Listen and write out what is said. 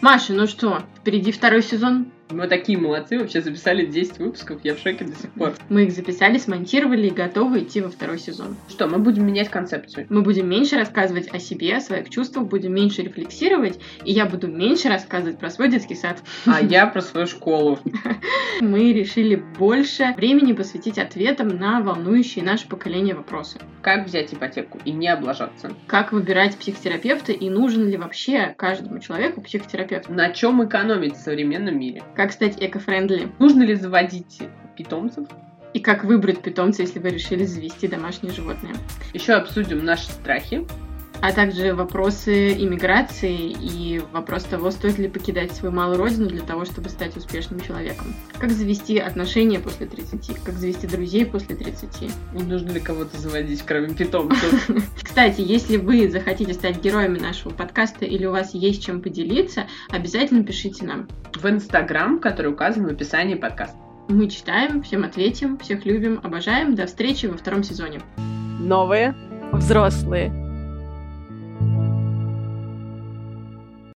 Маша, ну что, впереди второй сезон. Мы такие молодцы, вообще записали 10 выпусков, я в шоке до сих пор. Мы их записали, смонтировали и готовы идти во второй сезон. Что, мы будем менять концепцию? Мы будем меньше рассказывать о себе, о своих чувствах, будем меньше рефлексировать, и я буду меньше рассказывать про свой детский сад. А я про свою школу. Мы решили больше времени посвятить ответам на волнующие наше поколение вопросы. Как взять ипотеку и не облажаться? Как выбирать психотерапевта и нужен ли вообще каждому человеку психотерапевт? На чем экономить в современном мире? Как стать экофрендли? Нужно ли заводить питомцев? И как выбрать питомца, если вы решили завести домашнее животное? Еще обсудим наши страхи. А также вопросы иммиграции и вопрос того, стоит ли покидать свою малую родину для того, чтобы стать успешным человеком. Как завести отношения после 30, как завести друзей после 30. Не нужно ли кого-то заводить, кроме питомцев? Кстати, если вы захотите стать героями нашего подкаста или у вас есть чем поделиться, обязательно пишите нам. В Инстаграм, который указан в описании подкаста. Мы читаем, всем ответим, всех любим, обожаем. До встречи во втором сезоне. Новые, взрослые